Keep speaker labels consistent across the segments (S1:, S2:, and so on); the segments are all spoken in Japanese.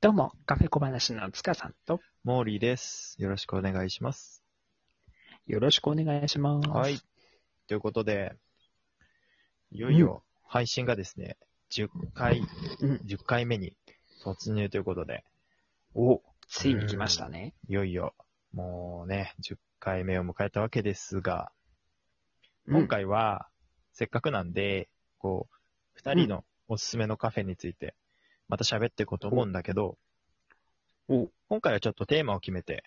S1: どうも、カフェ小話の塚さんと、
S2: モーリーです。よろしくお願いします。
S1: よろしくお願いします。
S2: はい。。ということで、いよいよ配信がですね、10回、
S1: うん
S2: 10回目に突入ということで、
S1: お、ついに来ましたね。
S2: いよいよ、もうね、10回目を迎えたわけですが、
S1: うん
S2: 今、回は、せっかくなんで、こう、二人のおすすめのカフェについて、また喋っていこうと思うんだけど、
S1: お、
S2: 今回はちょっとテーマを決めて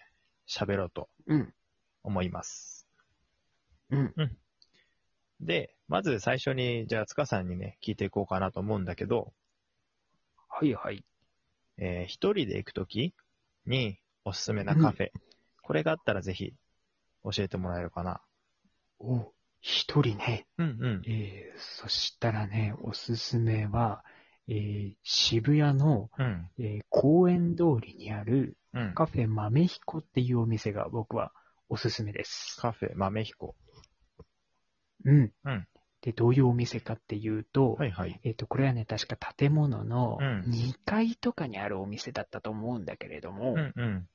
S2: 喋ろうと
S1: うん、
S2: 思います。
S1: うん、
S2: で、まず最初に、じゃあ、塚さんにね、聞いていこうかなと思うんだけど、
S1: はいはい。
S2: えー一人で行くときにおすすめなカフェ、これがあったらぜひ教えてもらえるかな。
S1: お、一人ね。
S2: うんうん。
S1: えー、そしたらね、おすすめは、えー、渋谷の、
S2: うん。
S1: えー公園通りにある
S2: うん。
S1: カフェ豆彦っていうお店が僕はおすすめです。
S2: カフェ、豆彦。
S1: うん。
S2: うん
S1: で、どういうお店かっていうと、
S2: はいはい。
S1: えっ、と、これはね、確か建物の
S2: うん
S1: 2階とかにあるお店だったと思うんだけれども、
S2: うんうん。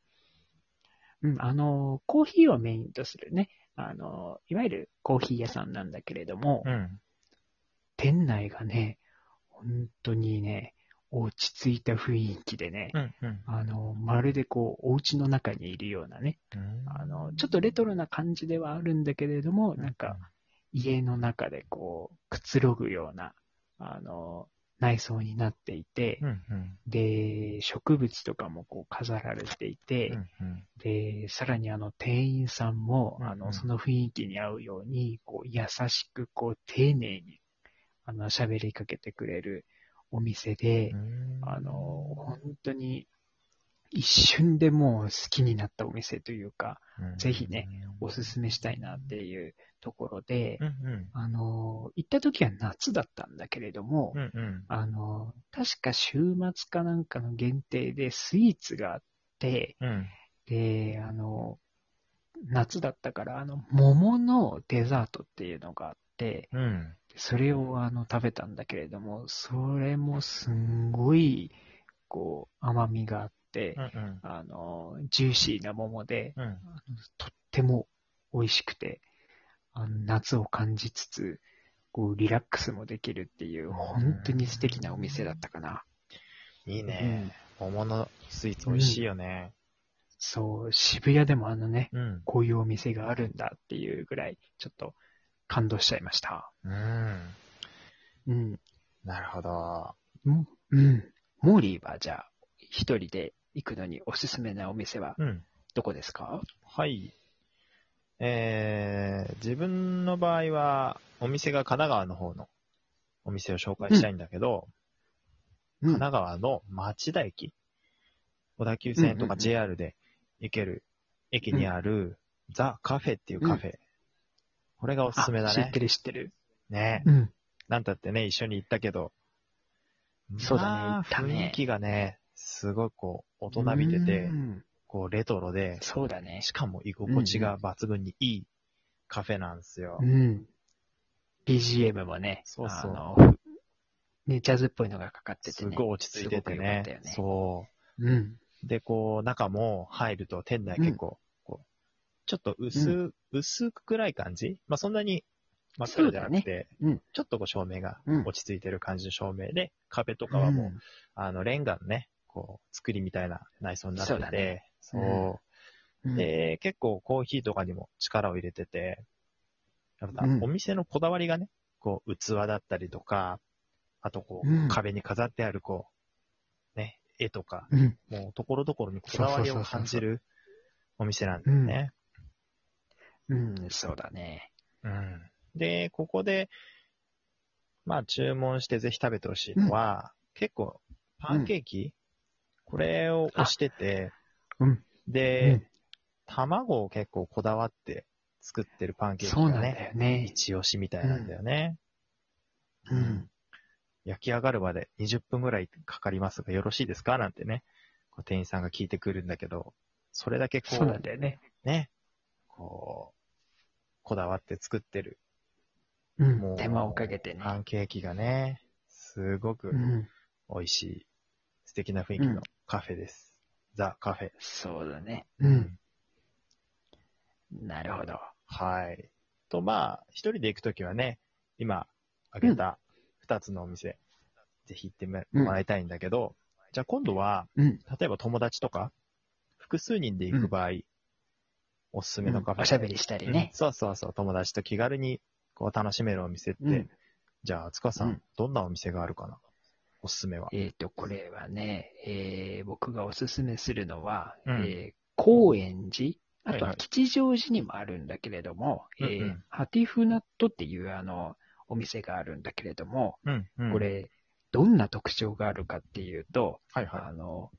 S1: うんあの、コーヒーをメインとするね、あの、いわゆるコーヒー屋さんなんだけれども、
S2: うん。
S1: 店内がね、本当にね、落ち着いた雰囲気でね、
S2: うんうん。
S1: あの、まるでこう、お家の中にいるようなね、あの、ちょっとレトロな感じではあるんだけれども、なんか、家の中でこう、くつろぐような、あの、内装になっていて、
S2: うんうん。
S1: で、植物とかもこう飾られていて、
S2: うんうん。
S1: で、さらにあの店員さんも、
S2: うんうん
S1: あの、その雰囲気に合うように、こう、優しく、こう、丁寧に、あの、喋りかけてくれるお店で
S2: う、ん
S1: あの、本当に、一瞬でもう好きになったお店というか、ぜひね、おすすめしたいなっていうところで、
S2: うんうん。
S1: あの、行った時は夏だったんだけれども、
S2: うんうん。
S1: あの、確か週末かなんかの限定でスイーツがあって、
S2: うん。
S1: で、あの、夏だったから、あの、桃のデザートっていうのがあって、
S2: うん。
S1: それをあの食べたんだけれども、それもすんごい、こう、甘みがあって
S2: う、ん
S1: あの、ジューシーな桃で、
S2: うん。
S1: あのとっても美味しくて、あの夏を感じつつ、こう、リラックスもできるっていう、本当に素敵なお店だったかな。
S2: いい
S1: うん
S2: ね。桃のスイーツ美味しいよね。
S1: そう、渋谷でもあのね、
S2: うん。
S1: こういうお店があるんだっていうぐらい、ちょっと感動しちゃいました。
S2: うん。
S1: うん。
S2: なるほど。
S1: うん。モーリーはじゃあ、一人で行くのにおすすめなお店は
S2: うん。
S1: どこですか
S2: はい。えー、自分の場合は、お店が神奈川の方のお店を紹介したいんだけど、
S1: うん
S2: 神奈川の町田駅、小田急
S1: う
S2: 線
S1: んう
S2: と
S1: んう
S2: か
S1: ん
S2: JR で行ける駅にある、ザ・カフェっていうカフェ。これがおすすめだ
S1: あ知っ
S2: ね
S1: て。る知ってる。
S2: ね。
S1: うん。
S2: なんたってね、一緒に行ったけど。
S1: そうだね
S2: まあ
S1: 行ったね
S2: 雰囲気がね、すごいこう、大人びてて
S1: う、ん
S2: こう、レトロで、
S1: そうだね。
S2: しかも居心地が抜群にいいカフェなんですよ
S1: う。ん。BGM もね、
S2: そうそう
S1: あの、ね、ジャズっぽいのがかかってて
S2: す
S1: ね。
S2: ごい落ち着いててね。
S1: すご
S2: そ
S1: うん。
S2: う。で、こう、中も入ると店内結構、こう、ちょっと薄、
S1: う
S2: 薄く暗い感じまあ、そんなに真っ暗じゃなくて、
S1: そうだねうん
S2: ちょっとこう照明が
S1: うん
S2: 落ち着いてる感じの照明で、壁とかはもう、
S1: うん
S2: あの、レンガのね、こう、作りみたいな内装になって
S1: そうだ
S2: て
S1: ね、
S2: そう,、
S1: うん
S2: で、結構コーヒーとかにも力を入れてて、やっぱ
S1: うん
S2: お店のこだわりがね、こう、器だったりとか、あとこう、
S1: うん
S2: 壁に飾ってあるこう、ね、絵とか、
S1: うん。
S2: もうところどころにこだわり
S1: そうそうそうそ
S2: を
S1: うそう
S2: 感じるお店なんだよね。
S1: うん、そうだね。
S2: うん。で、ここで、まあ注文してぜひ食べてほしいのは、結構パンケーキ、これを推してて、
S1: うん
S2: で、
S1: うん
S2: 卵を結構こだわって作ってるパンケーキ
S1: そうな
S2: が
S1: ん
S2: ね、
S1: だよね。
S2: 一押しみたいなんだよね。
S1: うん。
S2: 焼き上がるまで20分ぐらいかかりますがよろしいですかなんてね、こう店員さんが聞いてくるんだけど、それだけこ
S1: そう
S2: う、
S1: なんだよね。
S2: ね、こう、こだわって作ってる
S1: う
S2: も
S1: ん。
S2: う
S1: 手間をかけてね。
S2: パンケーキがね、すごく
S1: うん。
S2: 美味しい、素敵な雰囲気のカフェです。ザ・カフェ。
S1: そうだね。うん。なるほど。
S2: はい。と、まあ、一人で行くときはね、今、挙げた二つのお店、ぜひ行っても
S1: うん
S2: もらいたいんだけど、じゃあ今度は、
S1: うん。
S2: 例えば友達とか、複数人で行く場合、おすすめのカフェ、
S1: おしゃべりしたり
S2: うん
S1: ね。
S2: そうそうそう、友達と気軽にこう楽しめるお店って、
S1: うん
S2: じゃあ、塚さん,、
S1: うん
S2: どんなお店があるかなおすすめは。
S1: えっ、と、これはね、えー僕がおすすめするのは、
S2: うん
S1: えー高円寺、あと
S2: はいは
S1: はい吉祥寺にもあるんだけれども、
S2: うんうん
S1: えーハティフナットっていうあの、お店があるんだけれども、
S2: うん、うん
S1: こ、れ、どんな特徴があるかっていうと、
S2: はいは
S1: あの、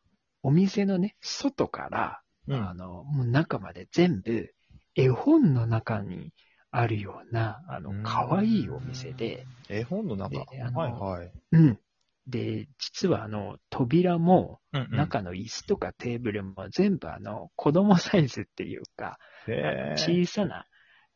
S1: お店のね、外から、
S2: い。うん
S1: あの、もう中まで全部、絵本の中にあるような、あ
S2: う
S1: の、
S2: ん
S1: 可愛いお店で、
S2: 絵本の中。
S1: であの
S2: はいはい。
S1: うん。で、実はあの、扉も、
S2: うんうん、
S1: 中の椅子とかテーブルも全部あの、子供サイズっていうか、
S2: へー
S1: 小さな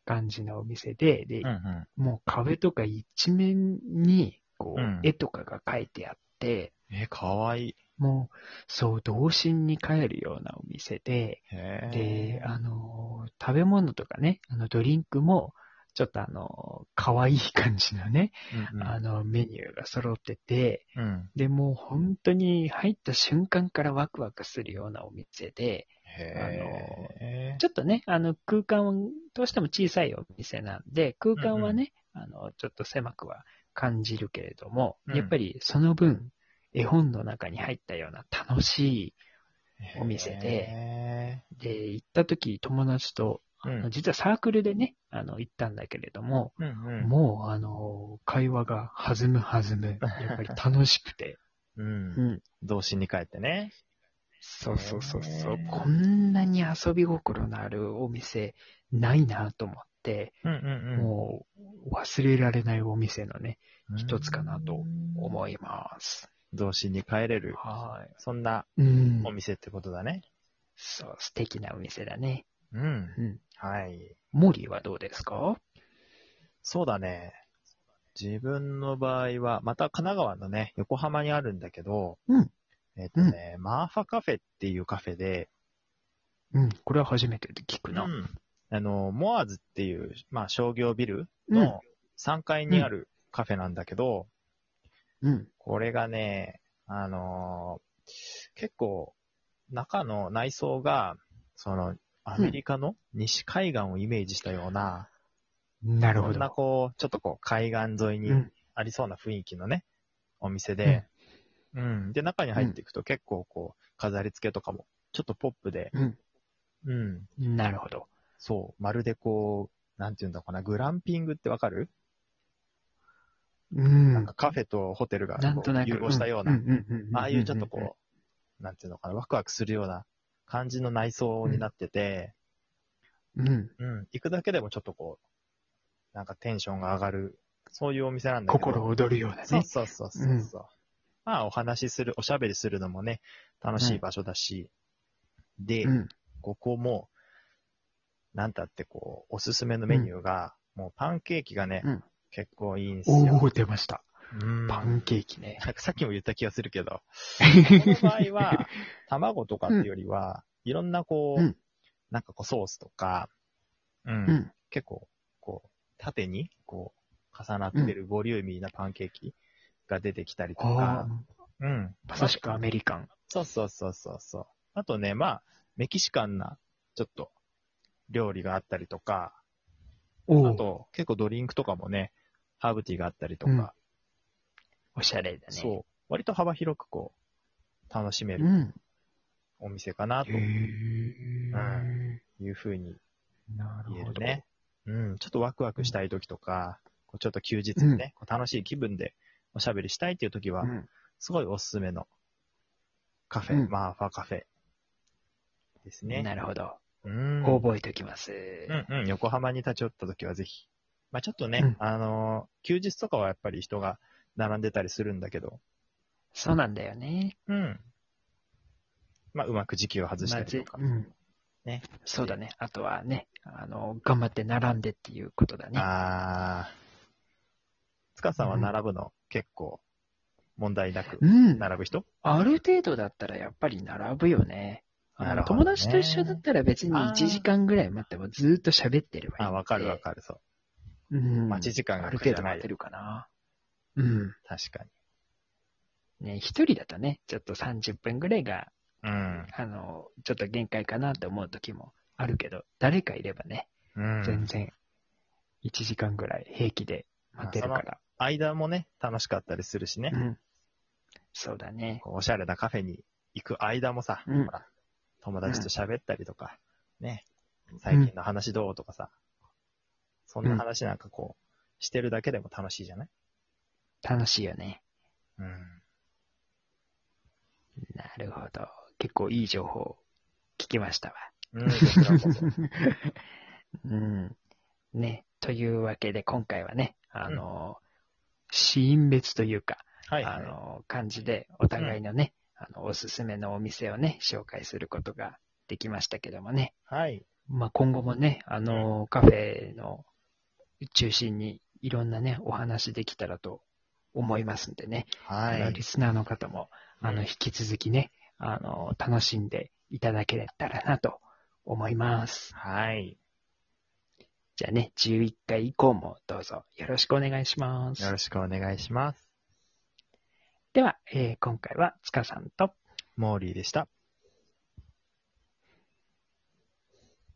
S1: 感じのお店で、で
S2: うん、うん
S1: もう壁とか一面に、こ
S2: うん
S1: う、絵とかが描いてあって、
S2: え、かわいい。
S1: もう、そう、童心に帰るようなお店で、
S2: へ
S1: で、あのー、食べ物とかね、あの、ドリンクも、ちょっとあのー、可愛い感じのね、
S2: うん
S1: あの、メニューが揃ってて、
S2: うんうん、
S1: で、もう本当に入った瞬間からワクワクするようなお店で、
S2: へー
S1: ちょっとね、あの、空間を、どうしても小さいお店なんで、空間はね、あの、ちょっと狭くは感じるけれども、
S2: うん
S1: やっぱりその分、絵本の中に入ったような楽しお店で
S2: へ
S1: い、で、行った時友達と
S2: ーうん
S1: 実はサークルでね、あの、行ったんだけれども、
S2: うんうん
S1: もう、あの、会話が弾む弾む。やっぱり楽しくて。
S2: うん。
S1: ん。
S2: 童心に帰ってね。
S1: そうそうそうそう
S2: へ。ー
S1: こんなに遊び心のあるお店ないなと思って、
S2: うんうんうん
S1: もう忘れられないお店のね、
S2: うん
S1: 一つかなと思います。
S2: 童心に帰れる。
S1: は。
S2: そんない
S1: うん
S2: お。店ってことだね。
S1: そう、素敵なお店だね。
S2: うん。
S1: うん。
S2: はい。
S1: モリーはどうですか
S2: そうだね。自分の場合は、また神奈川のね、横浜にあるんだけど、
S1: うん
S2: えっとね、マーファカフェっていうカフェで、
S1: うん。これは初めてで聞くな。
S2: うんあの、モアーズっていう、まあ、商業ビル
S1: う
S2: の3階にあるカフェなんだけど、
S1: ん。うん。
S2: これがね、あのー結構、中の内装が、その、アメリカの西海岸をイメージしたような、
S1: なる
S2: そ
S1: ほ
S2: んな
S1: ど。
S2: こう、ちょっとこう、海岸沿いうに
S1: ん。
S2: ありそうな雰囲気のね、お店で、うん、で、中に入っていくと結構こう、飾り付けとかも、ちょっとポップで、
S1: うん。
S2: うん、
S1: なるほど。
S2: そう、まるでこう、なんていうんだかな、グランピングってわかる、
S1: うん
S2: なんかカフェとホテルが
S1: なん
S2: ことう
S1: なく。
S2: 融合したような、
S1: んんんんん
S2: ああいうちょっとこう、なんていうのかな、ワクワクするような感じの内装になってて、
S1: うん。うん。
S2: うん、行くだけでもちょっとこう、なんかテンションが上がる、そういうお店なんだけど。
S1: 心躍るような
S2: そう
S1: ね。
S2: そうそうそうそう。まあ、お話しする、おしゃべりするのもね、楽しい場所だし、で、
S1: うん。
S2: ここも、なんたってこう、おすすめのメニューが、もうパンケーキがね、
S1: うん
S2: 結構いいんですよ。
S1: おお、出ました。
S2: うん
S1: パンケーキ ね。
S2: なんかさっきも言った気がするけど、この場合は、 卵とかっていうよりは、いろんなこう、
S1: うん
S2: なんかこうソースとか、うん
S1: うん。
S2: 結構、こう、縦に、こう、重なってるボリューミーなパンケーキが出てきたりと
S1: ああ
S2: か、、うん。
S1: まさしくアメリカン。
S2: そうそうそうそうそう。あとね、まあ、メキシカンな、ちょっと、料理があったりとか、
S1: お
S2: あ
S1: お、
S2: と、結構ドリンクとかもね、ハーブティーがあったりと
S1: うん
S2: か、
S1: おしゃれだね。
S2: そう、割と幅広くこう、楽しめ
S1: う
S2: る
S1: ん。
S2: お店かなと
S1: へえ。
S2: いうふうに
S1: な
S2: 言
S1: る
S2: え
S1: ほ
S2: る
S1: ど。
S2: ね。うん、ちょっとワクワクしたい時とか、こうちょっと休日にね、こう楽しい気分でおしゃべりしたいっていう時は
S1: う、ん。
S2: すごいおすすめのカフェ、
S1: うん
S2: マーファカフェですね。
S1: なるほど。
S2: うん、
S1: 覚えておきます。
S2: うんうん、横浜に立ち寄った時はぜひ。まあちょっとね、
S1: うん
S2: あのー休日とかはやっぱり人が並んでたりするんだけど、
S1: そうなんだよね。
S2: うん。まあうまく時期を外したりとか。
S1: まずうん。
S2: ね。
S1: そうだね。あとはね、あの、頑張って並んでっていうことだね。
S2: あー。つかさんは並ぶの結構問題なく
S1: うん。
S2: 並ぶ人
S1: ある程度だったらやっぱり並ぶよね。あの
S2: なるほど
S1: 友
S2: ね
S1: 達と一緒だったら別に
S2: あー
S1: 1時間ぐらい待ってもずーっと喋ってればいいんで。
S2: あ、わかるわかる、そう。
S1: うん。
S2: 待ち時間が
S1: ある程度
S2: 限ら
S1: 待
S2: ない
S1: てるかな。うん。
S2: 確か
S1: ね、一人だとね、ちょっと30分ぐらいが、
S2: に。うん。
S1: あの、ちょっと限界かなって思う時もあるけど、誰かいればね、
S2: うん、
S1: 全然1時間ぐらい平気で待てるから。
S2: 間もね、楽しかったりするしね
S1: う、ん。そうだね。
S2: こうおしゃれなカフェに行く間もさ、
S1: うん
S2: ほら、友達と喋ったりとか、ね、最近の話どうとかさ、そんな話なんかこう、してるだけでも楽しいじゃない
S1: 楽しいよね。
S2: うん。
S1: なるほど。結構いい情報聞きましたわ。
S2: うん、こちらこそ
S1: うん。ね。というわけで、今回はね、あの、死因別というか、
S2: はい、
S1: あの、感じで、お互いのね、あの、おすすめのお店をね、紹介することができましたけどもね。
S2: はい。
S1: まあ、今後もね、あの、カフェの中心に、いろんなね、お話できたらと思いますんでね。
S2: は
S1: あの
S2: い
S1: リ。スナーの方も、あの、
S2: うん
S1: 引き続きね、あの、楽しんでいただけたらなと思います。
S2: はい。
S1: じゃあね、11回以降もどうぞよろしくお願いしま
S2: よ
S1: す。
S2: ろしくお願いします。
S1: では、えー今回は塚さんと
S2: モーリーでした。